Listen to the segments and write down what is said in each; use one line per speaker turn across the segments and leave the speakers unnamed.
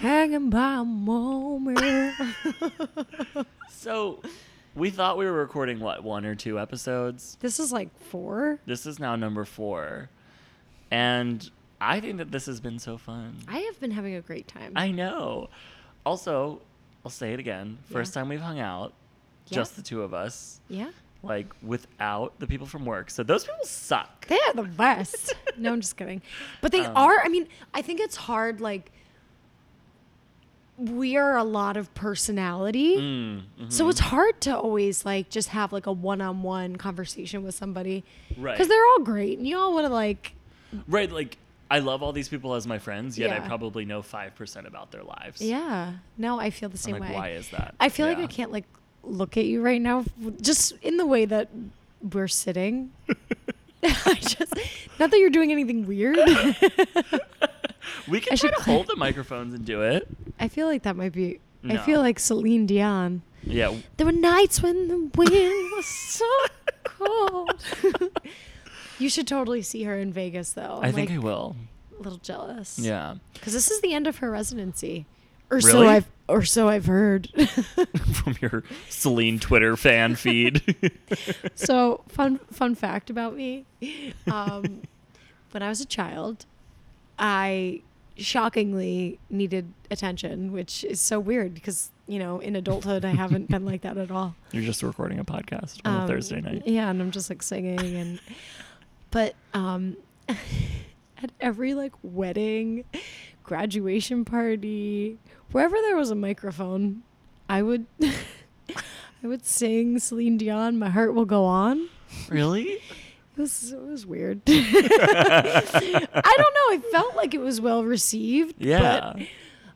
Dragon Ball moment.
So we thought we were recording what one or two episodes.
this is like four.
This is now number four, and I think that this has been so fun.
I have been having a great time.
I know. Also, I'll say it again. First time we've hung out,
Yeah.
just the two of us,
yeah.
like without the people from work. So those people suck.
They are the best. no, I'm just kidding. But they
Um,
are. I mean, I think it's hard. Like, we are a lot of personality.
Mm,
So it's hard to always like just have like a one-on-one conversation with somebody,
Right.
Because they're all great, and you all want to like,
Right, like I love all these people as my friends, yet I
Yeah.
probably know five percent about their lives.
yeah. No, I feel the
I'm
same
like,
way.
why is that?
I feel like
Yeah.
I can't like look at you right now, w- just in the way that we're sitting. I just, not that you're doing anything weird.
We can
I
try
should
to
clear-
hold the microphones and do it.
I feel like that might be. I
No.
feel like Celine Dion.
Yeah. w-
There were nights when the wind was so cold. you should totally see her in Vegas, though.
I think
like,
I will.
A little jealous.
Yeah.
Because this is the end of her residency, or so
Really?
I've, or so I've heard.
From your Celine Twitter fan feed.
so fun fun fact about me um, when i was a child i shockingly needed attention which is so weird because you know in adulthood i haven't been like that at all
You're just recording a podcast on a
Um,
Thursday night.
yeah and i'm just like singing and but um at every like wedding graduation party wherever there was a microphone i would i would sing celine dion my heart will go on
Really?
It was it was weird. I don't know. It felt like it was well received.
Yeah.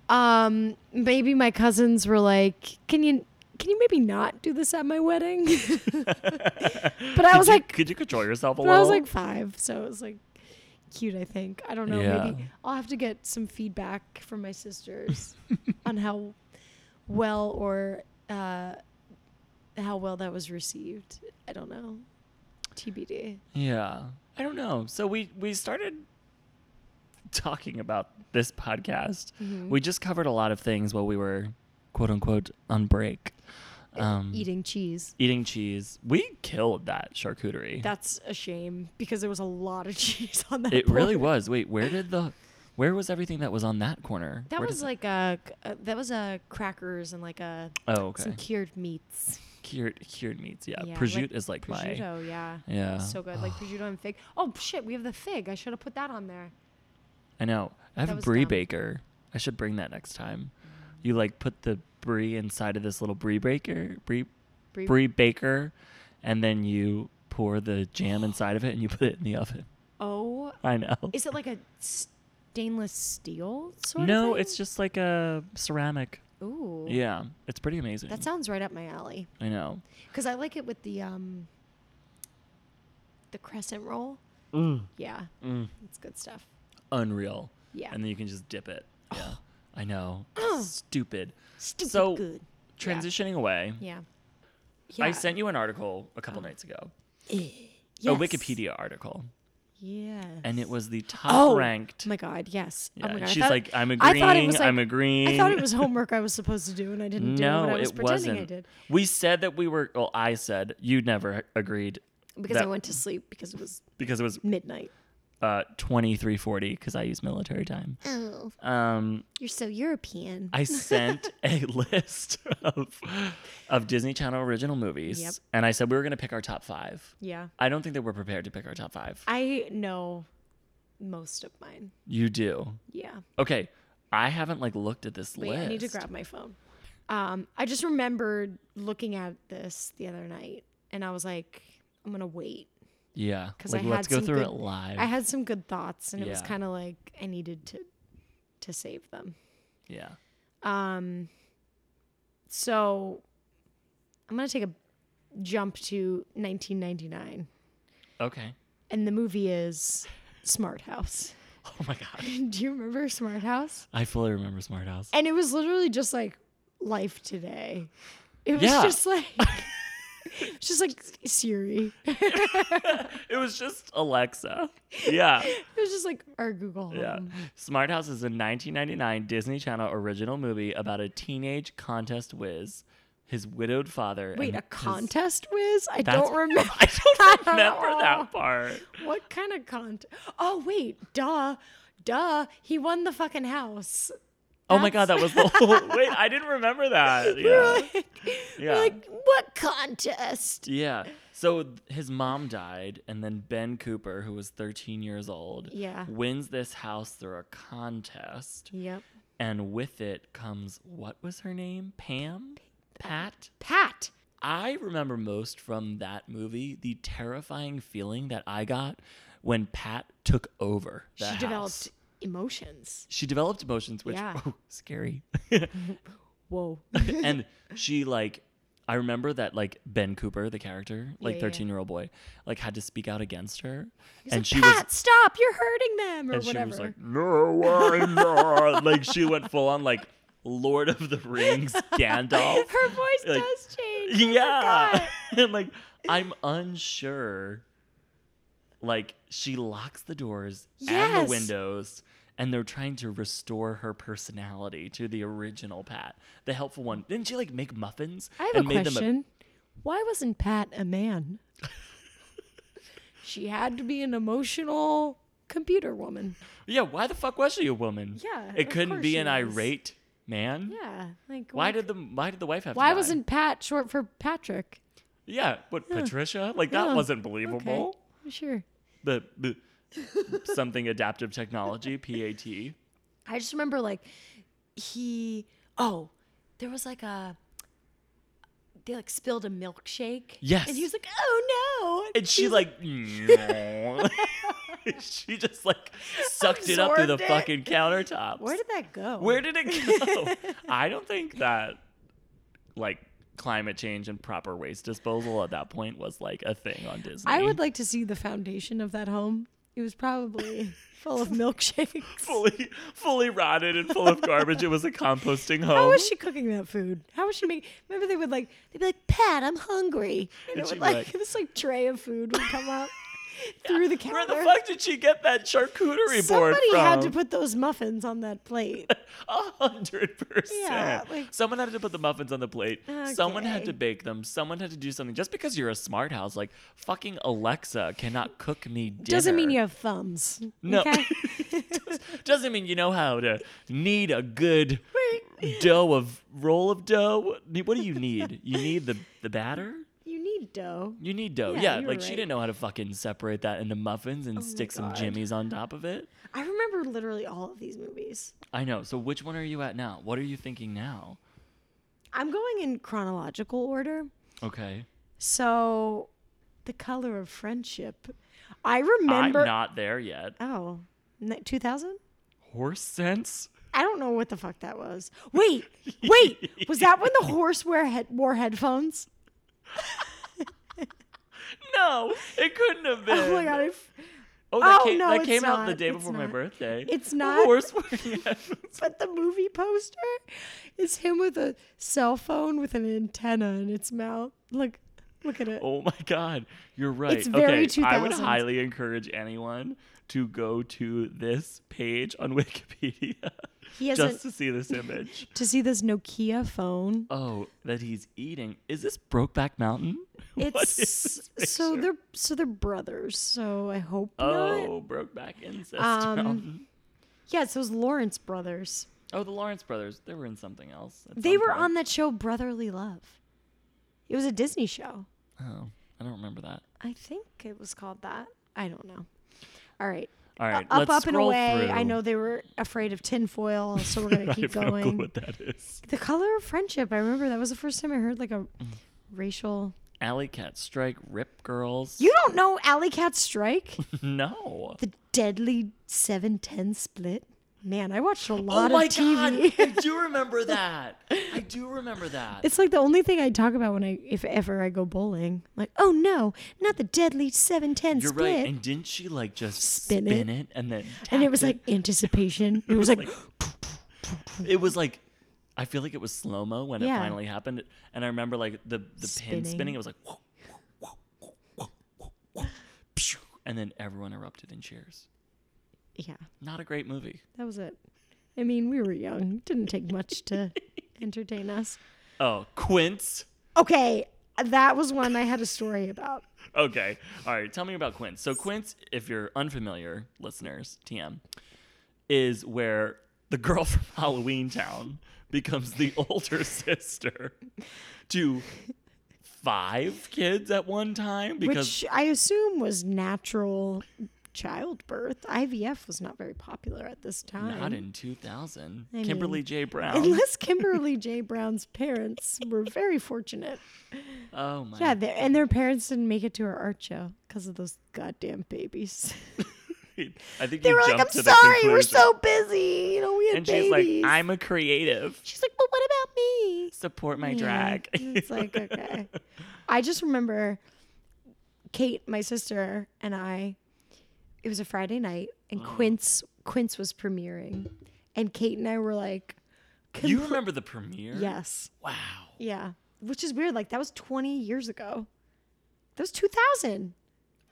But, um, maybe my cousins were like, "Can you can you maybe not do this at my wedding?" but I
Could
was
you-
like,
could you control yourself
but
a little?
I was like five, so it was like cute. I think I don't know.
Yeah.
Maybe I'll have to get some feedback from my sisters on how well or uh, how well that was received. I don't know. TBD.
Yeah. I don't know. So we we started talking about this podcast.
Mm-hmm.
We just covered a lot of things while we were quote unquote on break. Um
E-, eating cheese.
eating cheese. We killed that charcuterie.
That's a shame because there was a lot of cheese on that.
it
board.
really was. Wait, where did the where was everything that was on that corner?
That
Where did
was like a, uh that was a crackers and like a
Oh, okay.
some cured meats.
cured cured meats. Yeah.
Yeah,
prosciutto
like
is like my
prosciutto, yeah,
Yeah.
so good. Like prosciutto and fig. Oh shit, we have the fig. I should have put that on there.
I know. I have
That
a
was
brie
dumb. Mm.
baker. I should bring that next time. You like put the brie inside of this little brie baker, brie
Brie-
brie baker, and then you pour the jam inside of it and you put it in the oven.
Oh,
I know.
is it like a stainless steel sort of?
no,
thing?
it's just like a ceramic.
Ooh,
Yeah, it's pretty amazing.
That sounds right up my alley
I know.
because I like it with the um the crescent roll. Yeah,
Mm.
it's good stuff.
Unreal.
Yeah.
And then you can just dip it. Yeah. I know.
Oh.
Stupid.
Stupid
So,
good.
Transitioning away.
Yeah.
I sent you an article a couple nights ago.
Oh. Eh. Yes.
A Wikipedia article.
Yes.
And it was the top ranked
Oh my god, yes.
Yeah,
oh my
and
god. I
she's
thought-
like, I'm
I
agreeing,
thought it was
I'm
like-
agreeing.
I thought it was homework I was supposed to do and I didn't do it.
no,
but I was
it
pretending
wasn't.
I did.
We said that we were. Well, I said you never agreed
Because I
That-
went to sleep because it was
because it was
midnight.
uh, twenty three forty because I use military time.
Oh,
Um,
you're so European.
I sent a list of of Disney Channel original movies,
Yep.
and I said we were going to pick our top five.
yeah.
I don't think that we're prepared to pick our top five.
I know most of mine.
you do.
Yeah.
Okay, I haven't like looked at this
Wait,
list.
I need to grab my phone. Um, I just remembered looking at this the other night and I was like, I'm gonna wait.
Yeah,
'Cause
like
I
let's
had
go
some
through
good-
it live.
I had some good thoughts, and it was
Yeah.
kind of like I needed to to save them.
yeah.
Um, so I'm gonna take a jump to 1999,
Okay.
and the movie is Smart House.
Oh my god.
Do you remember Smart House?
I fully remember Smart House.
And it was literally just like life today. It was
Yeah.
just like It's just like Siri. it
It was just Alexa. Yeah.
was just like our Google Home.
Yeah. Smart House is a 1999 Disney Channel original movie about a teenage contest whiz, his widowed father.
Wait,
and
a
his-
contest whiz? I
That's-
don't remember.
I don't remember that part.
What kind of contest? Oh wait, duh, duh. He won the fucking house.
Oh my god, that was the whole. Wait, I didn't remember that. Yeah.
Like,
Yeah.
like what contest?
Yeah. So th- his mom died, and then Ben Cooper, who was 13 years old,
Yeah.
wins this house through a contest,
Yep.
and with it comes what was her name? Pam? Pat?
Pat.
I remember most from that movie the terrifying feeling that I got when Pat took over. The
she
house.
developed emotions.
She developed emotions, which
Yeah.
oh, scary.
Whoa.
and she like I remember that like Ben Cooper, the character, like
yeah, yeah.
thirteen year old boy, like had to speak out against her,
He's
and
like,
she
Pat,
was
stop! You're hurting them, or
and
whatever.
she was like, "No, I'm not." like she went full on like Lord of the Rings Gandalf.
Her voice
"Oh." like,
does change.
yeah, and like I'm unsure. Like she locks the doors and
Yes.
the windows. And they're trying to restore her personality to the original Pat, the helpful one. Didn't she like make muffins
I have
and
a
made them
question. Why wasn't Pat a man? she had to be an emotional computer woman.
Yeah, why the fuck was she a woman?
Yeah,
it
of
couldn't
course
be
she
an
was.
irate man.
Yeah, like
Why did the why did the wife have?
why
to die?
wasn't Pat short for Patrick?
yeah? What Patricia? Like that
Yeah.
wasn't believable.
Sure.
The, the something adaptive technology PAT.
I just remember like he oh, there was like a they like spilled a milkshake.
Yes.
And he was like, "Oh no."
And she like, no. she just like sucked it up to the
Absorbed it.
fucking countertops.
Where did that go?
Where did it go? I don't think that like climate change and proper waste disposal at that point was like a thing on Disney.
I would like to see the foundation of that home. It was probably full of milkshakes.
fully fully rotted and full of garbage. it was a composting home.
How was she cooking that food? How was she making? Remember, they would like they'd be like, "Pat, I'm hungry," and,
And
it
she'd
would
be
like,
like-
this like tray of food would come up through the
Where
counter.
the fuck did she get that charcuterie board
Somebody
from?
had to put those muffins on that plate.
a hundred
Yeah,
percent.
like-
Someone had to put the muffins on the plate. Someone had
Okay.
to bake them. Someone had to do something. Just because you're a smart house, like fucking Alexa cannot cook me dinner.
Doesn't mean you have thumbs.
No.
Okay?
Doesn't mean you know how to knead a good dough of roll of dough. What do you need? You need the the batter.
you need dough.
You need dough.
Yeah,
Yeah,
you were
like she
right. Oh
didn't know how to fucking separate that into muffins and stick some
God.
jimmies on top of it.
I remember literally all of these movies.
I know. So which one are you at now? What are you thinking now?
I'm going in chronological order.
Okay.
So, The Color of Friendship. I remember.
I'm not there yet.
oh, 2000.
Horse sense?
I don't know what the fuck that was. Wait, wait, was that when the horse wear head- wore headphones?
No, it couldn't have been.
Oh my god, I f-
Oh, that
Oh,
came,
no,
that
it's
came out
not.
the day
It's
before my
not.
birthday.
It's
A
not.
Horse wearing headphones.
but the movie poster is him with a cell phone with an antenna in its mouth. Look, look at it.
Oh my god, you're right.
It's very
okay, I would
2000s.
highly encourage anyone to go to this page on Wikipedia
He has
just
a,
to see this image.
to see this Nokia phone.
Oh, that he's eating. Is this Brokeback Mountain? What is
It's
this
so
picture?
they're so they're brothers. So I hope not.
Oh, Brokeback Incest
Um,
Mountain.
Yeah, it's those Lawrence brothers.
Oh, the Lawrence brothers. They were in something else. at
They
some
were
point.
on that show Brotherly Love. It was a Disney show.
Oh, I don't remember that.
I think it was called that. I don't know. All right.
All right,
up,
let's
up, and
scroll
away.
Through.
I know they were afraid of tinfoil, so we're going to
I
keep
have no clue
going.
what that is.
The color of friendship. I remember that was the first time I heard like a
Mm.
racial.
Alley Cat Strike, Rip Girls.
You don't know Alley Cat Strike?
no.
the deadly 710 split? Man, I watched a
Oh
lot
my
of TV.
god! I do remember that. I do remember that.
It's like the only thing I talk about when I, if ever I go bowling. Like, oh no, not the deadly 710
You're
split.
right. And didn't she like just spin,
Spin
it.
it.
and then?
and it
tap
was like anticipation. It was like,
it was like. I feel like it was slow mo when
Yeah.
it finally happened, and I remember like the the
Spinning.
pin spinning. It was like, whoa, whoa, whoa, whoa, whoa, whoa, whoa, pshoo, and then everyone erupted in cheers.
Yeah,
Not a great movie.
that was it. I mean, we were young. Didn't take much to entertain us.
Oh, Quince.
Okay, that was one I had a story about.
Okay. All right. Tell me about Quince. So Quince, if you're unfamiliar, listeners, TM, is where the girl from Halloween Town becomes the older sister to five kids at one time because
Which I assume was natural childbirth. IVF was not very popular at this time.
not in 2000.
I
Kimberly
mean,
J. Brown.
Unless Kimberly J. Brown's parents were very fortunate.
Oh my.
Yeah, they- and their parents didn't make it to her art show because of those goddamn babies.
I think
they
you
were like,
jumped
"I'm
to the
sorry, we're
conclusion."
so busy. You know, we had
And she's
babies."
like, "I'm a creative.
She's like, "But what about me?"
Support my
Yeah.
drag."
it's like, okay. I just remember Kate, my sister, and I. It was a Friday night,
Oh.
and Quince Quince was premiering, and Kate and I were like,
you
compl-
remember the premiere?
Yes,
Wow.
yeah." Which is weird. Like that was 20 years ago. That was 2000.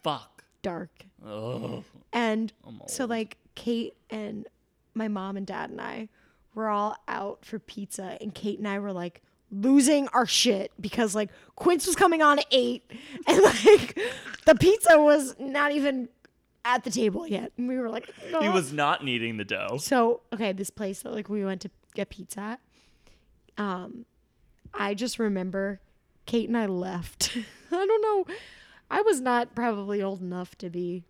Fuck.
Dark.
Oh.
And
I'm
so
old.
like Kate and my mom and dad and I were all out for pizza and Kate and I were like losing our shit because like Quince was coming on at eight and like the pizza was not even at the table yet. And we were like
He
"Oh."
was not needing the dough.
so okay, this place that like we went to get pizza at, um I just remember Kate and I left. I don't know. I was not probably old enough to be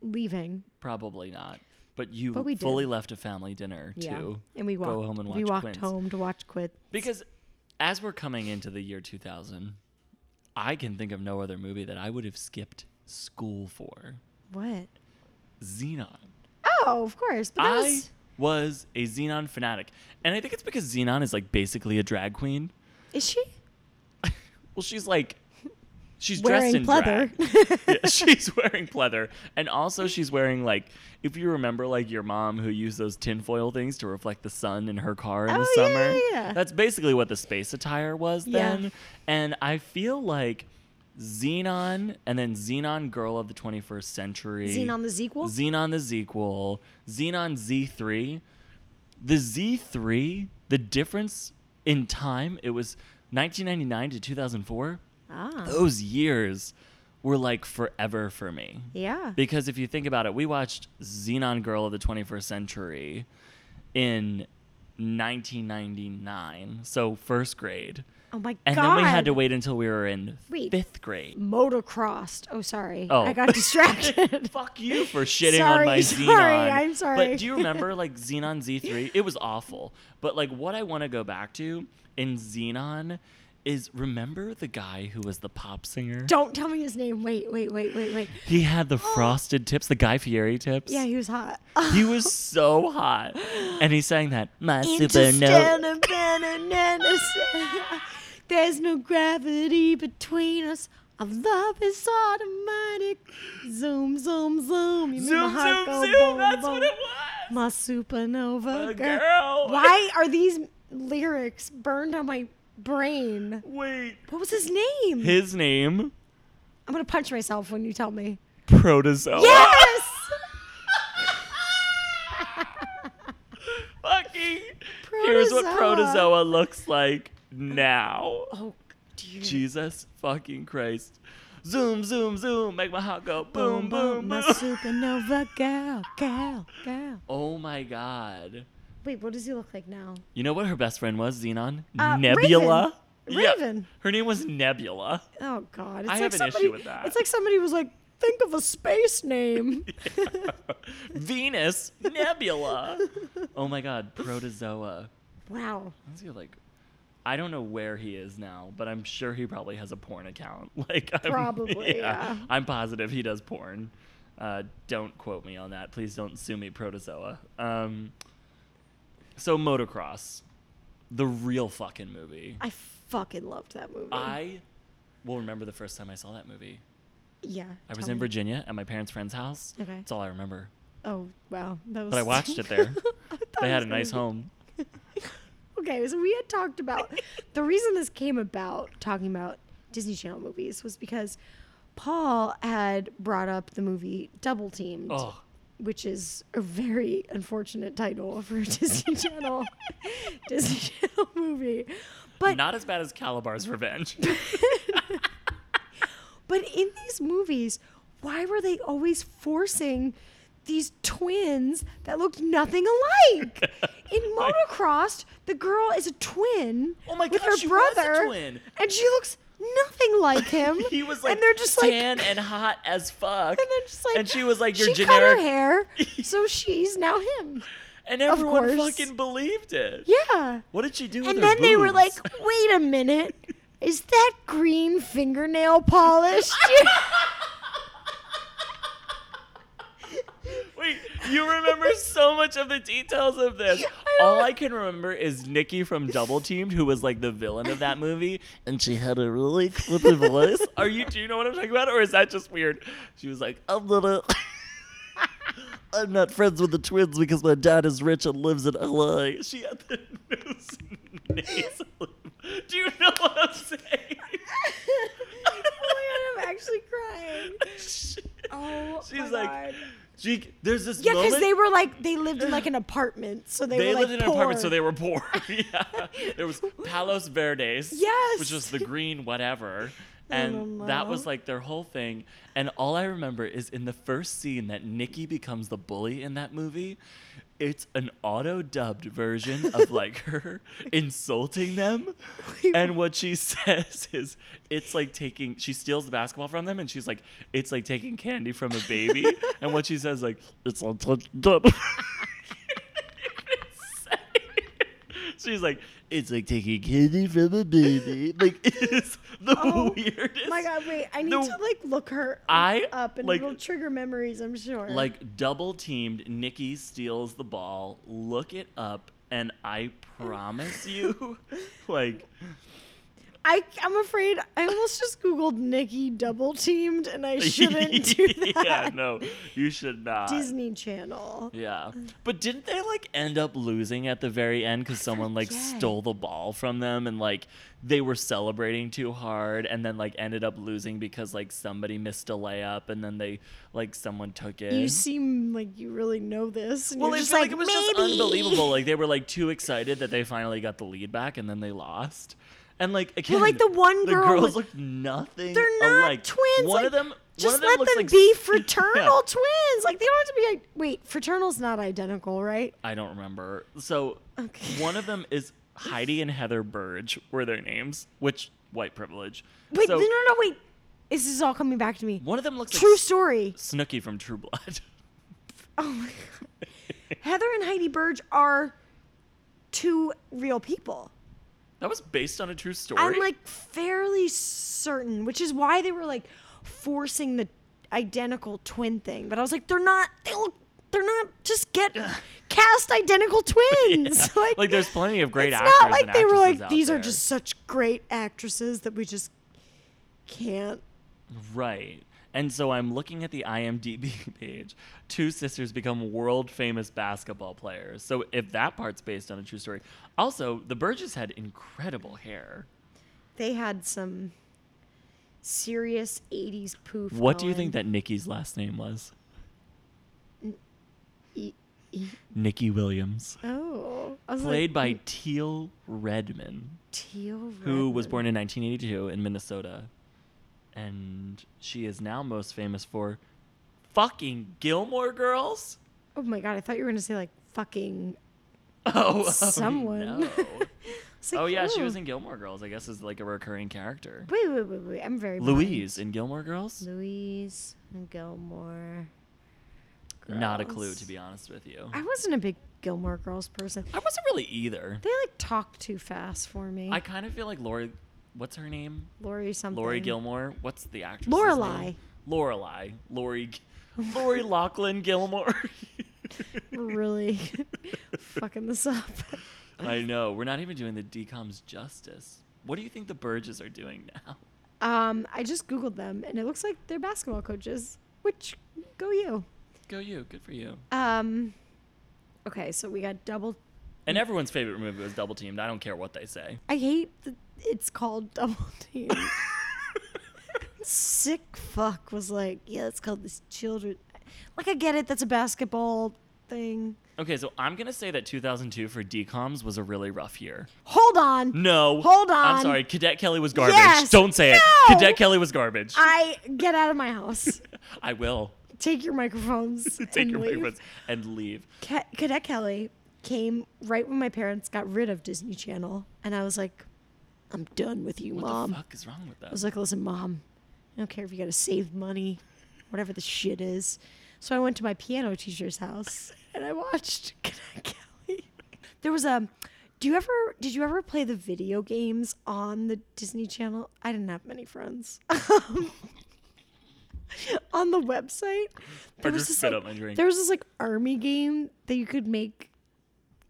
leaving.
Probably not. But you
But we
fully left a family dinner to
And we walked
go home and watch
we walked
Quince.
home to watch Quit.
Because as we're coming into the year 2000, I can think of no other movie that I would have skipped school for.
What?
Xenon.
Oh, of course. But that
I
was
was a Xenon fanatic. And I think it's because Xenon is like basically a drag queen.
is she
Well, she's like she's dressed
wearing
in
pleather?
drag. yeah, she's wearing pleather, and also she's wearing like if you remember like your mom who used those tinfoil things to reflect the sun in her car in the
Oh, yeah,
summer.
yeah, yeah.
That's basically what the space attire was
Yeah.
then. And I feel like Xenon and then Xenon Girl of the 21st Century.
Xenon the sequel?
Xenon the sequel. Xenon Z3. The Z3, the difference in time, it was 1999 to 2004
ah.
those years were like forever for me.
Yeah.
Because if you think about it, we watched Xenon Girl of the 21st Century in 1999, so first grade.
Oh my
And
god.
then we had to wait until we were in
Wait.
fifth grade.
Motocrossed. Oh, sorry.
Oh.
I got distracted.
Fuck you for shitting
Sorry,
on my
sorry,
Xenon.
I'm sorry.
But do you remember like Xenon Z3? It was awful. But like what I want to go back to in Xenon is remember the guy who was the pop singer?
Don't tell me his name. Wait, wait, wait, wait, wait.
He had the frosted tips, the Guy Fieri tips.
Yeah, he was hot.
He was so hot. And he sang that, my super note.
Interstellar bananas. There's no gravity between us. Our love is automatic. Zoom, zoom, zoom. You make my
Zoom,
heart
zoom,
go
zoom.
boom,
That's
boom.
what it was.
My supernova
A
girl.
girl.
Why are these lyrics burned on my brain?
Wait.
What was his name?
His name,
I'm gonna punch myself when you tell me.
Protozoa.
Yes.
Fucking. Here's what
Protozoa.
Protozoa looks like now.
oh, dear.
Jesus fucking Christ. Zoom, zoom, zoom. Make my heart go boom, boom,
my
boom.
supernova girl, girl, girl.
Oh my God.
Wait, what does he look like now?
You know what her best friend was, Xenon?
Uh,
Nebula.
Raven. Raven.
Her name was Nebula.
Oh God! It's
I
like
have an issue
somebody,
with that.
It's like somebody was like, think of a space name.
Venus, Nebula. oh my God, Protozoa.
wow.
Let's go, like, I don't know where he is now, but I'm sure he probably has a porn account. Like, I'm,
Probably, yeah.
I'm positive he does porn. Uh, don't quote me on that. Please don't sue me, Protozoa. Um, so motocross, the real fucking movie.
I fucking loved that movie.
I will remember the first time I saw that movie.
yeah.
I was
tell
in
me.
Virginia at my parents' friend's house.
Okay.
That's all I remember.
Oh wow, that was.
But I watched it there.
I thought
They
it
had
was gonna
a nice
be-
home.
okay, so we had talked about the reason this came about talking about Disney Channel movies was because Paul had brought up the movie Double Teamed,
Oh,
which is a very unfortunate title for a Disney Channel Disney Channel movie. But
not as bad as Calabar's Revenge.
But in these movies, why were they always forcing these twins that looked nothing alike? In Motocross, the girl is a twin
Oh my
with
God,
her
she was a
brother,
twin.
and she looks nothing like him.
he was like
and they're just
tan
like,
and hot as fuck.
and they're just like,
and she was like your
she cut her
generic,
hair, so she's now him.
and
of
everyone
course.
fucking believed it.
Yeah.
What did she do? with
And
her
then they were
boobs?
like, wait a minute. Is that green fingernail polish?
Wait, you remember so much of the details of this. All I can remember is Nikki from Double Teamed, who was like the villain of that movie, and she had a really clippy voice. Are you? Do you know what I'm talking about, or is that just weird? She was like, I'm not. I'm not friends with the twins because my dad is rich and lives in LA. She had the nose nasal. Do you know what I'm saying?
oh my god, I'm actually crying. Oh,
She's
my
like,
God.
She, there's this
Yeah, because
moment.
they were like they lived in like an apartment, so they,
they
were like
lived in an apartment, so
poor.
they were poor. yeah, there was Palos Verdes,
Yes.
which was the green whatever, and
don't
that was
know.
like their whole thing. And all I remember is in the first scene that Nikki becomes the bully in that movie. It's an auto dubbed version of like her insulting them. And what she says is, it's like taking, she steals the basketball from them and she's like, it's like taking candy from a baby. and what she says, like, it's untouched up. She's like, it's like taking candy from a baby. Like, it's the
Oh,
weirdest.
my god, wait, I need
No.
to like look her
I,
up and
like-
it'll trigger memories, I'm sure.
Like, double teamed, Nikki steals the ball. Look it up, and I promise you, like,
I I'm afraid I almost just Googled Nikki double teamed and I shouldn't do that.
yeah, no, you should not.
Disney Channel.
Yeah.
Mm.
But didn't they like end up losing at the very end because someone like
forget.
stole the ball from them and like they were celebrating too hard and then like ended up losing because like somebody missed a layup and then they like someone took it?
You seem like you really know this. And
well,
you're
I
just
feel
like,
like, it was
"Maybe."
just unbelievable. Like they were like too excited that they finally got the lead back and then they lost. And like again,
like, the one girl
girls
was-
looked nothing.
They're not
alike.
twins,
uh, One
like,
of them, one of
Just
them
let
looks
them
like-
be
Yeah.
fraternal twins. Like they don't have to be like wait, fraternal's not identical, right?
I don't remember. So
Okay.
one of them is Heidi and Heather Burge were their names, which white privilege.
Wait,
so
no, no, no, wait. This is all coming back to me.
one of them looks
True
like
story.
Snooky from True Blood.
Oh my god. Heather and Heidi Burge are two real people.
that was based on a true story.
I'm like fairly certain, which is why they were like forcing the identical twin thing. But I was like, they're not. They look. They're not. Just get cast identical twins.
Yeah.
Like,
Like, there's plenty of great
it's
actors.
not like
and
they were
actresses
like
out
these are
there."
just such great actresses that we just can't.
Right. And so I'm looking at the IMDb page. Two sisters become world famous basketball players. So if that part's based on a true story. Also, the Burges had incredible hair.
They had some serious '80s poof.
What do you
going.
think that Nikki's last name was?
E- e-
Nikki Williams.
oh, I was
Played
like,
by Teal Redman,
Teal
who was
Redmond.
born in 1982 in Minnesota. And she is now most famous for fucking Gilmore Girls?
Oh my god, I thought you were gonna say like fucking.
Oh, oh,
Someone.
no.
It's like,
oh, yeah, she was in Gilmore Girls, I guess, is like a recurring character.
Wait, wait, wait, wait. I'm very blind.
Louise in Gilmore Girls?
Louise and Gilmore.
Not a
Girls.
clue, to be honest with you.
I wasn't a big Gilmore Girls person.
I wasn't really either.
They like talk too fast for me.
I kind of feel like Lori, what's her name?
Lori something.
Lori Gilmore. What's the actress?
Lorelai.
Name? Lorelai. Lori. G- Lori Lachlan Gilmore.
We're really fucking this up.
I know. We're not even doing the DComs justice. What do you think the Burges are doing now?
Um, I just googled them, and it looks like they're basketball coaches. Which go you.
Go you. Good for you.
Um, okay, so we got double
And everyone's favorite movie was Double Teamed. I don't care what they say.
I hate that it's called double team. Sick fuck was like, yeah, it's called this children. Like, I get it. That's a basketball thing.
Okay, so I'm gonna say that 2002 for DComs was a really rough year.
Hold on.
No,
Hold on.
I'm sorry, Cadet Kelly was garbage.
Yes.
Don't say
No.
it. Cadet Kelly was garbage. I,
I get out of my house.
will
Take your microphones.
take
and
your
leave.
favorites and leave.
Ca- Cadet Kelly came right when my parents got rid of Disney Channel, and I was like, I'm done with you,
What
mom.
the fuck is wrong with
I was
that?
like, listen, mom, I don't care if you got to save money, whatever the shit is. So I went to my piano teacher's house and I watched Cadet Kelly. There was a. Do you ever did you ever play the video games on the Disney Channel? I didn't have many friends. Um, on the website, there was
just
this
spit
like,
out my drink.
there was this like army game that you could make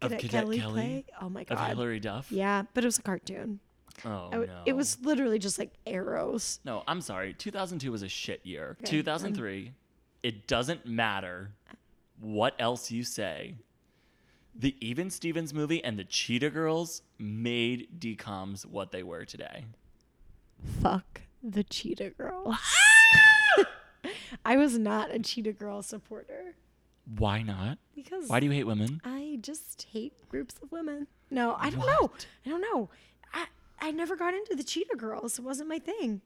Of
Cadet,
Cadet
Kelly,
Kelly?
play. Oh my god!
Of Hillary Duff.
Yeah, but it was a cartoon.
Oh
I w-
no.
It was literally just like arrows.
No, I'm sorry. 2002 was a shit year. 2003, it doesn't matter what else you say. The Even Stevens movie and the Cheetah Girls made DComs what they were today.
fuck the cheetah girl.
Ah!
I was not a cheetah girl supporter
Why not?
because
Why do you hate women?
I just hate groups of women. No, I don't know. I don't know. I, I never got into the cheetah girls. It wasn't my thing.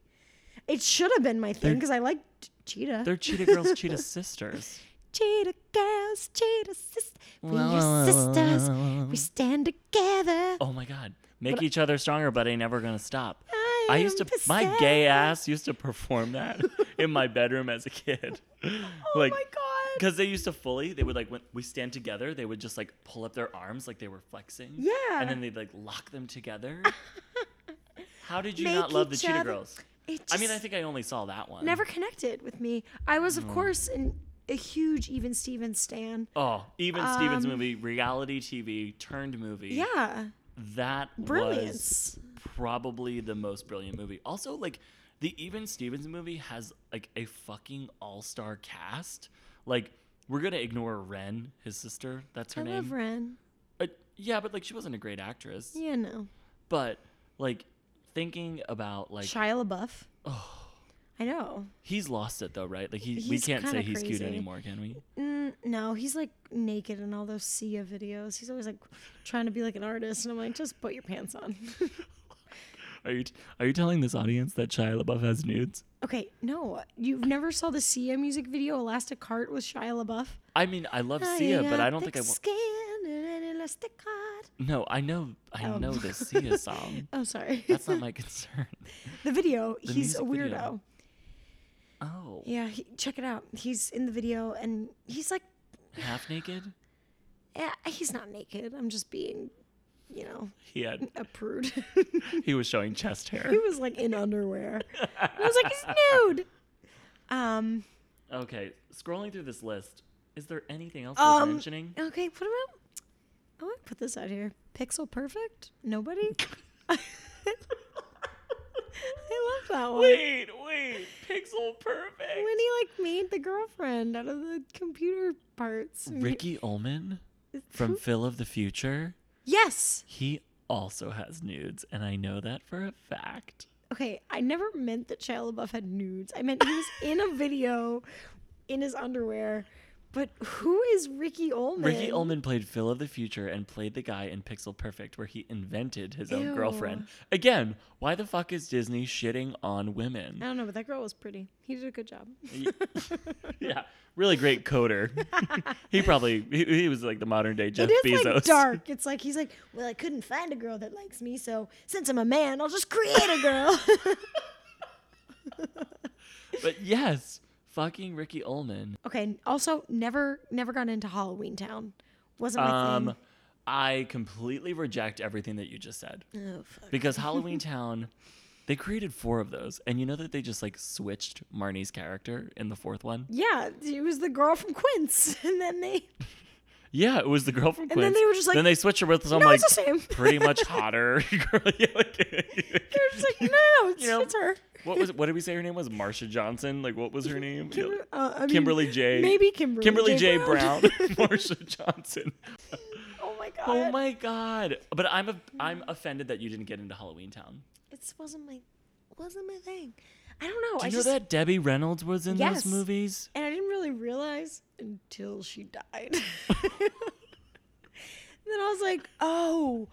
It should have been my thing because I liked cheetah.
They're Cheetah Girls, Cheetah Sisters.
cheetah girls, cheetah sisters.
Wah,
We're
wah, wah,
sisters.
wah, wah, wah.
We stand together.
Oh my God. Make each other stronger, but ain't never gonna stop.
I
I used to,
am
my
possessed.
gay ass used to perform that in my bedroom as a kid.
Oh my god.
Because they used to fully, they would like when we stand together, they would just like pull up their arms like they were flexing.
Yeah.
And then they'd like lock them together. How did you
Make
not love the
each
Cheetah
other-
Girls?
It
I mean, I
just-
think I only saw that one.
never connected with me. I was, of
Mm.
course, an, a huge Even Stevens stan.
Oh, even Stevens movie, reality TV turned movie.
Um, Yeah,
That was
brilliance.
probably the most brilliant movie. Also, like the Even Stevens movie has like a fucking all star cast. Like, we're gonna ignore Ren, his sister. That's her
I
name.
love Ren.
Uh, yeah, but like she wasn't a great actress.
Yeah, no.
But like thinking about like
Shia LaBeouf. Oh. I know.
he's lost it though, right? Like he we
He's
can't
kinda
say he's cute
crazy.
anymore, can we?
Mm, no, he's like naked in all those Sia videos. He's always like trying to be like an artist, and I'm like, just put your pants on.
Are you are you telling this audience that Shia LaBeouf has nudes?
okay, no, you've never saw the Sia music video "Elastic Heart" with Shia LaBeouf.
I mean, I love Sia, but I don't think I want.
Skin and an elastic heart.
No, I know, I
Oh.
know this Sia song.
Oh, sorry.
That's not my concern.
the video. he's a
music
weirdo.
video. Oh,
Yeah, he, check it out. He's in the video and he's like,
half naked.
eh, he's not naked. I'm just being, you know,
He had
a prude.
he was showing chest hair.
he was like in underwear. And I was like, he's nude. Um,
Okay, scrolling through this list, is there anything else worth
um,
mentioning?
okay, what about, I want to put this out here. Pixel Perfect? Nobody? I love that one.
Wait, wait, Pixel Perfect.
When he like made the girlfriend out of the computer parts.
Ricky Ullman from Phil of the Future,
Yes.
he also has nudes, and I know that for a fact.
Okay, I never meant that Shia LaBeouf had nudes. I meant he was in a video in his underwear. But who is Ricky Ullman?
Ricky Ullman played Phil of the Future and played the guy in Pixel Perfect where he invented his own
Ew.
girlfriend. Again, why the fuck is Disney shitting on
I
women?
don't know, but that girl was pretty. He did a good job.
yeah, really great coder. he probably he, he was like the modern day Jeff
it is
Bezos.
like dark. It's like he's like, well, I couldn't find a girl that likes me, so since I'm a man, I'll just create a girl.
But yes, fucking Ricky Ullman.
okay. Also, never, never got into Halloween Town. Wasn't my
Um I completely reject everything that you just said.
thing. Oh fuck.
because Halloween Town, they created four of those, and you know that they just like switched Marnie's character in the fourth one.
Yeah, it was the girl from Quince, and then they.
Yeah, it was the girl from Quince.
then they were just like,
then they switched her with some
No,
like
it's the same.
pretty much hotter girl. Yeah, like-
They're just like, no, it's,
You know,
it's her.
what was what did we say her name was? Marsha Johnson. Like what was her name? Yeah, like-
Uh, I mean,
Kimberly J.
Maybe Kimberly.
Kimberly J.
Brown.
Brown. Marsha Johnson.
oh my god.
Oh my god! But I'm a, I'm offended that you didn't get into Halloween Town.
It wasn't my wasn't my thing. I don't know.
Do
I
you know
just
that Debbie Reynolds was in
Yes.
those movies?
and I didn't really realize until she died. And then I was like, "Oh,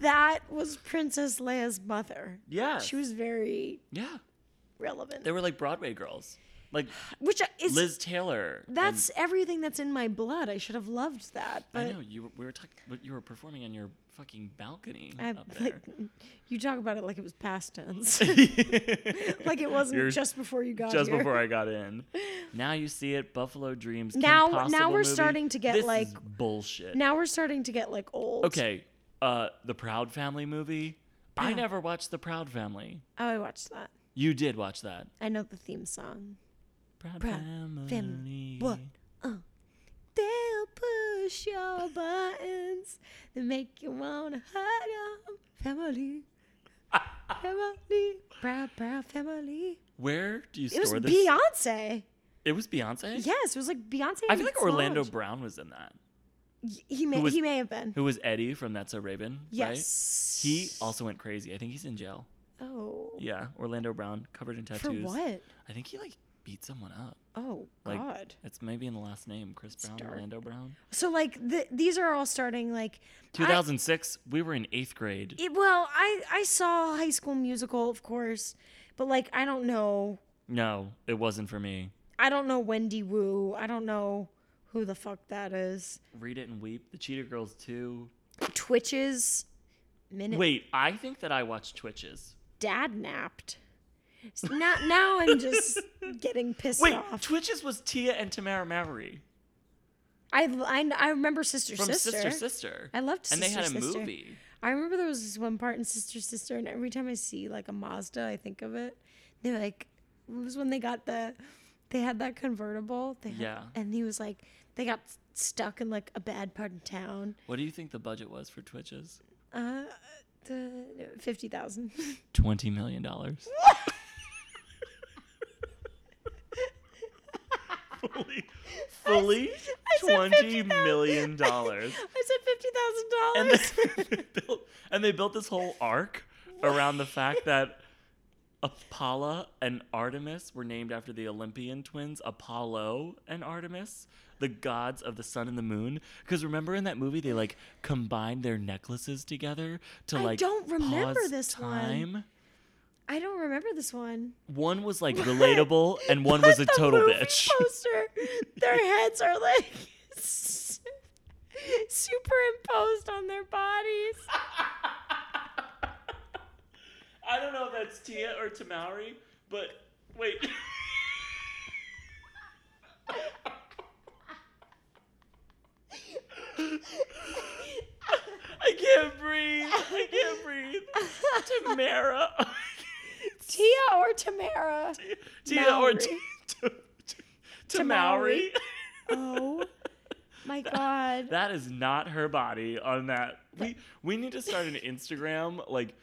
that was Princess Leia's mother."
Yeah.
She was very
yeah.
relevant.
They were like Broadway girls, like
Which is
Liz Taylor. and-
that's everything that's in my blood. I should have loved that. But
I know you. were- We were talking, but you were performing on your fucking balcony
I-
up there.
like, you talk about it like it was past tense. like it wasn't
You're-
just before you got
just
here.
before I got in. Now you see it, Buffalo Dreams. Kim
Now- now
Possible
we're
movie.
starting to get,
This
like-
is bullshit.
Now we're starting to get like old.
okay, uh, the Proud Family movie. I never watched the Proud Family.
Oh, I watched that.
You did watch that.
I know the theme song.
Proud,
Proud
Family.
Family. What? Uh. They'll push your buttons. They make you wanna hurt 'em. Family. family. Proud, proud family.
Where do you
It was
store this?
Beyonce.
it was Beyonce.
Yes, it was like Beyonce.
I
and
feel like
Solange.
Orlando Brown was in that.
Y- He may
was-
he may have been.
Who was Eddie from That's a Raven? Right?
Yes.
He also went crazy. I think he's in jail.
Oh.
Yeah, Orlando Brown, covered in tattoos.
For what?
I think he like beat someone up.
Oh
Like,
God.
It's maybe in the last name, Chris Brown,
dark.
Orlando Brown.
So like the, these are all starting like I-
2006, we were in eighth grade.
it- well, I I saw High School Musical, of course, but like I don't know,
No, it wasn't for me.
I don't know Wendy Wu. I don't know who the fuck that is.
Read it and weep. The Cheetah Girls 2.
Twitches, minute
Wait, I think that I watched Twitches.
dad napped. So now now I'm just getting pissed
Wait,
off.
Twitches was Tia and Tamara Mowry
I, I I remember Sister
from
Sister.
Sister Sister.
I loved
And they had a
Sister, Sister.
movie.
I remember there was this one part in Sister Sister, and every time I see like a Mazda, I think of it. They were like, it was when they got the, they had that convertible. They had-
Yeah.
And he was like, they got s- stuck in like a bad part of town.
What do you think the budget was for Twitches?
Uh, the fifty thousand.
$20 million. fully, fully
said
$20
$50,000.
million. dollars.
I said fifty thousand
and
dollars.
they, they built, and they built this whole arc around the fact that Apollo and Artemis were named after the Olympian twins, Apollo and Artemis, the gods of the sun and the moon. Because remember in that movie, they like combined their necklaces together to
I
like
don't remember
pause
this one.
time.
I don't remember this one.
One was like relatable, and one was a
But the
total
movie
bitch.
Poster. Their heads are like s- superimposed on their bodies.
I don't know if that's Tia or Tamari, but wait. I can't breathe. I can't breathe. Tamara.
Tia or Tamara.
Tia or t- t- t- Tamari.
Oh my god.
That is not her body on that. We we need to start an Instagram like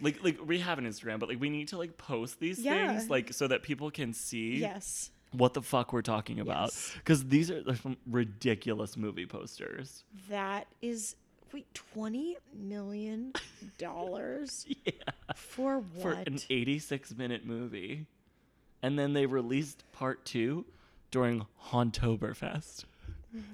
like like we have an Instagram, but like we need to like post these
Yeah.
things like so that people can see
yes.
what the fuck we're talking about
Yes.
because these are like, some ridiculous movie posters.
That is wait, 20 million dollars
Yeah.
for what?
For an 86 minute movie. And then they released part 2 during Hauntoberfest.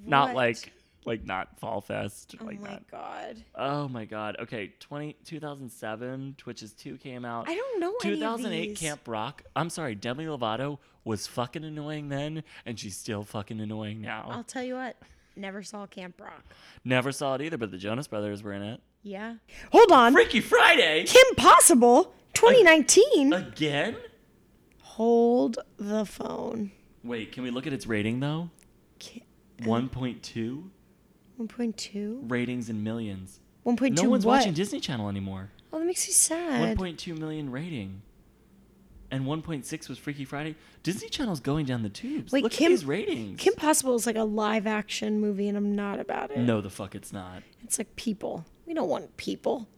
Not
What?
like like not Fall Fest
oh
like
my
that.
god.
Oh my god. Okay, 20, 2007, Twitches 2 came out.
I don't know any of
2008
these.
Camp Rock. I'm sorry, Demi Lovato was fucking annoying then, and she's still fucking annoying now.
I'll tell you what. Never saw Camp Rock.
Never saw it either, but the Jonas Brothers were in it.
Yeah. Hold on.
Freaky Friday
Kim Possible 2019.
again?
Hold the phone.
Wait, can we look at its rating though?
Ki-
1.2
1.2?
ratings in millions.
1.2
No one's
what?
watching Disney Channel anymore.
Oh, that makes me sad.
1.2 million rating. And 1.6 was Freaky Friday. Disney Channel's going down the tubes.
Wait,
look
Kim-
at these ratings.
Kim Possible is like a live action movie, and I'm not about it.
no, the fuck it's not.
It's like people. We don't want people.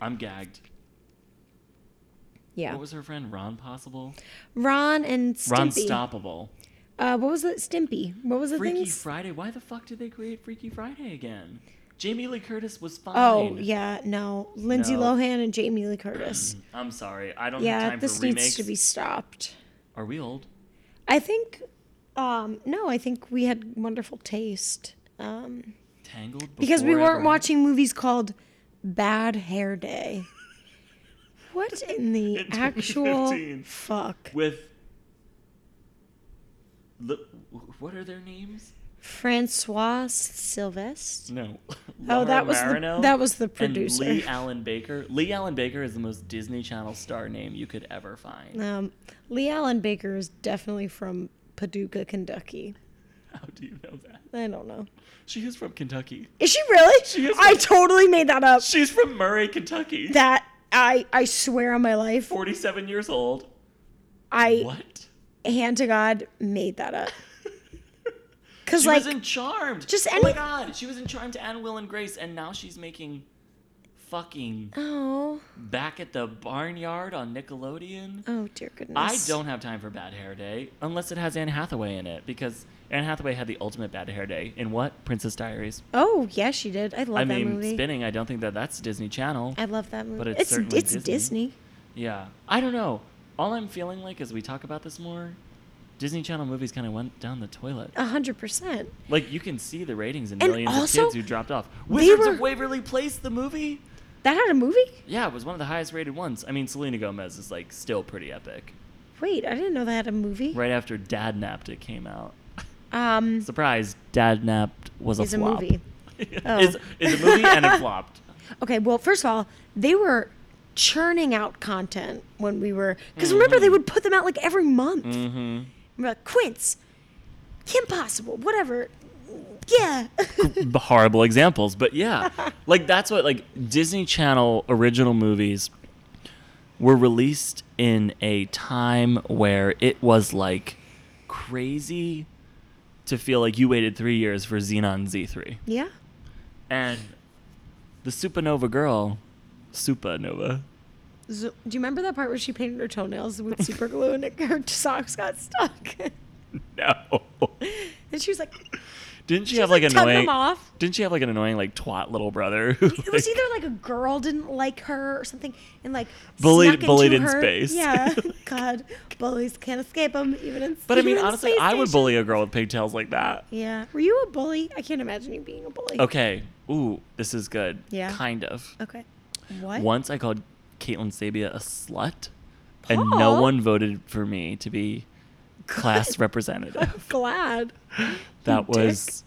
I'm gagged.
Yeah.
What was her friend? Ron Possible?
Ron and
Ron
Stimpy.
Stoppable.
Uh, what was it? Stimpy. What was the
Freaky
thing?
Friday. Why the fuck did they create Freaky Friday again? Jamie Lee Curtis was fine.
Oh yeah, no. Lindsay
No.
Lohan and Jamie Lee Curtis.
I'm sorry. I don't have
yeah,
time
this
for remakes.
needs to be stopped.
Are we old?
I think. Um, no, I think we had wonderful taste. Um,
Tangled?
because we
before
weren't
ever?
watching movies called Bad Hair Day. What in the
In
actual
2015.
fuck?
With. Li- what are their names?
Francois Sylvester.
No.
Oh,
Laura
that was
Marino
the, that was the
and
producer.
Lee Allen Baker. Lee Allen Baker is the most Disney Channel star name you could ever find.
um, Lee Allen Baker is definitely from Paducah, Kentucky.
How do you know that?
I don't know.
She is from Kentucky.
Is she really?
She is
I totally made that up.
She's from Murray, Kentucky.
That I I swear on my life,
47 years old.
I
What?
hand to God made that up. Cause
She
like
was in Charmed.
just
oh my
any-
god, she was in Charmed and Will and Grace, and now she's making fucking
oh
Back at the Barnyard on Nickelodeon.
oh dear goodness.
I don't have time for Bad Hair Day unless it has Anne Hathaway in it because Anne Hathaway had the ultimate Bad Hair Day in what Princess Diaries.
Oh yeah, she did. I love
I
that
mean,
movie.
spinning. I don't think that that's Disney Channel.
I love that movie.
But it's
it's it's,
certainly Disney.
Disney.
Yeah, I don't know. All I'm feeling like as we talk about this more, Disney Channel movies kind of went down the toilet.
a hundred percent.
Like you can see the ratings in
Uh-huh. And
millions
also,
of kids who dropped off. Wizards of
were-
Waverly Place, the movie.
That had a movie?
Yeah, it was one of the highest rated ones. I mean, Selena Gomez is like still pretty epic.
Wait, I didn't know that had a movie.
Right after Dad Napped, it came out.
Um,
Surprise! Dad Napped was a
Is a
flop.
movie. Oh.
is, is a movie and it flopped.
Okay, well, first of all, they were churning out content when we were because remember they would put them out like every month.
Mm-hmm.
And we're like Quince, Kim Possible, whatever. Yeah,
b- horrible examples, but yeah, like that's what like Disney Channel original movies were released in a time where it was like crazy to feel like you waited three years for Xenon Z3
yeah.
and the Supernova Girl, Supernova.
So, do you remember that part where she painted her toenails with super glue and her socks got stuck?
No,
and she was like,
didn't she
She's,
have like,
like, tugging
annoying?
them off.
Didn't she have like an annoying like twat little brother?
it was either like a girl didn't like her or something, and like
Bullied-
snuck
bullied
into
in
her-
space.
Yeah, God, bullies can't escape them even in.
But I mean,
even in
honestly,
space
I would
station.
bully a girl with pigtails like that.
Yeah. Were you a bully? I can't imagine you being a bully.
Okay. Ooh, this is good.
Yeah.
Kind of.
Okay. What?
Once I called Caitlin Sabia a slut, and no
Paul?
one voted for me to be class
I'm
representative.
glad.
That
you dick.
was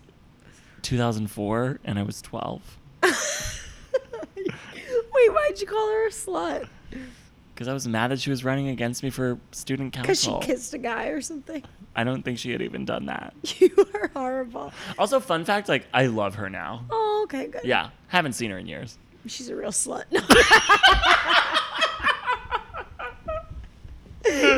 2004, and I was 12
Wait, why'd you call her a slut?
because I was mad that she was running against me for student
Because she
council.
kissed a guy or something.
I don't think she had even done that.
You are horrible.
Also, fun fact: like I love her now.
Oh, okay, good.
Yeah, haven't seen her in years.
She's a real slut. No.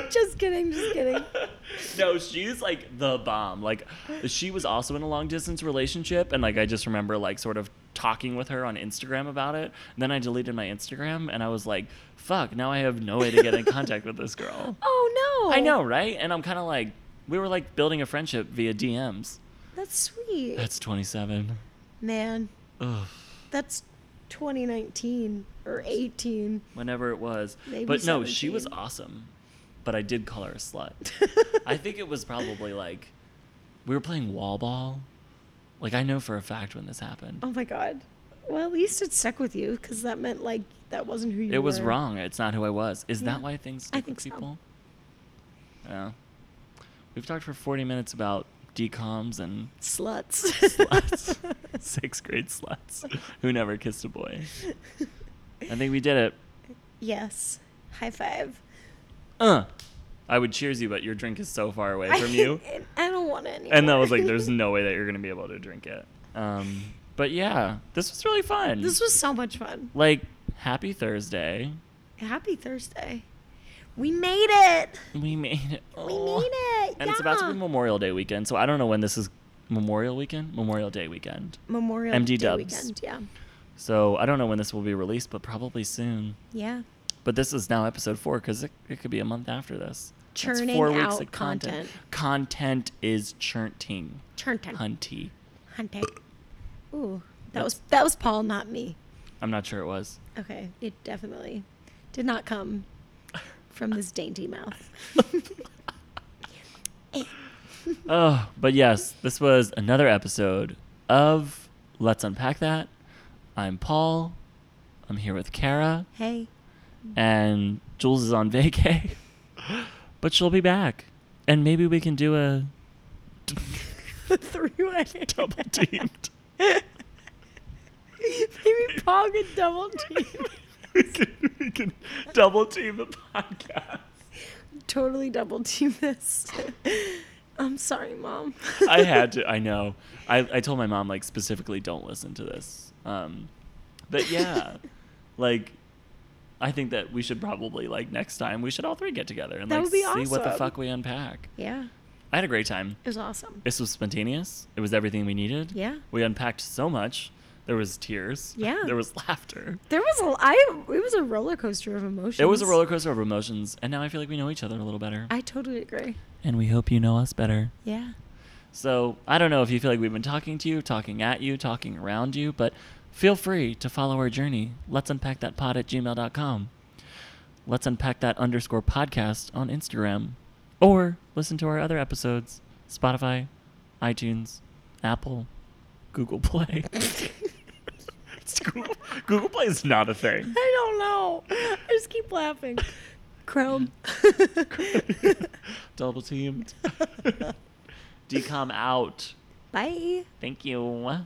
just kidding, just kidding.
no, she's like the bomb. Like she was also in a long distance relationship and like I just remember like sort of talking with her on Instagram about it. And then I deleted my Instagram and I was like, fuck, now I have no way to get in contact with this girl.
Oh, no.
I know, right? And I'm kind of like we were like building a friendship via DMs.
That's sweet.
That's 27.
Man,
Ugh,
that's 2019 or 18.
whenever it was.
Maybe
but no, she
17.
was awesome. But I did call her a slut. I think it was probably like we were playing wall ball. Like I know for a fact when this happened.
Oh my god. Well, at least it stuck with you because that meant like that wasn't who you were.
it was wrong. It's not who I was. Is
Yeah.
that why things
I
stick with
think so.
people? Yeah. We've talked for 40 minutes about decoms and
Sluts.
sluts. Sixth grade sluts who never kissed a boy. I think we did it.
yes. High five.
Uh. I would cheers you, but your drink is so far away from you.
I don't want any.
and that was like, there's no way that you're going to be able to drink it. Um, but yeah, this was really fun.
This was so much fun.
like happy Thursday.
Happy Thursday. We made it.
We made it.
We
Oh.
made it.
And it's about to
yeah.
be Memorial Day weekend, so I don't know when this is Memorial weekend, Memorial Day weekend.
Memorial
MD
Day
dubs.
weekend. Yeah.
So I don't know when this will be released, but probably soon.
Yeah.
But this is now episode four because it, it could be a month after this. That's
Churning
four
out
weeks of content. Content, is churning.
Churnton.
Hunty.
Hunting. Ooh, that was that was Paul, not me.
I'm not sure it was.
Okay, it definitely did not come from this dainty mouth. Eh.
Oh, but yes, this was another episode of Let's Unpack That. I'm Paul. I'm here with Kara,
Hey,
and Jules is on vacay, but she'll be back, and maybe we can do a
three way
double teamed.
Maybe Paul could double team.
we, can, we can double team the podcast.
totally double team this. I'm sorry, mom.
I had to. I know. I, I told my mom like specifically don't listen to this. Um, but yeah, like I think that we should probably like next time we should all three get together and
That
like
would be
see what the
awesome.
fuck we unpack.
Yeah,
I had a great time.
it was awesome.
This was spontaneous. It was everything we needed.
Yeah.
We unpacked so much. There was tears.
Yeah.
There was laughter.
There was a I. It was a roller coaster of emotions.
It was a roller coaster of emotions, and now I feel like we know each other a little better.
I totally agree.
and we hope you know us better.
Yeah.
So I don't know if you feel like we've been talking to you, talking at you, talking around you, but feel free to follow our journey. Let's unpack that pod at gmail.com. Let's unpack that underscore podcast on Instagram. Or listen to our other episodes Spotify, iTunes, Apple, Google Play. It's Google, Google Play is not a thing.
I don't know. I just keep laughing. Chrome.
Double teamed. Decom out.
Bye.
Thank you.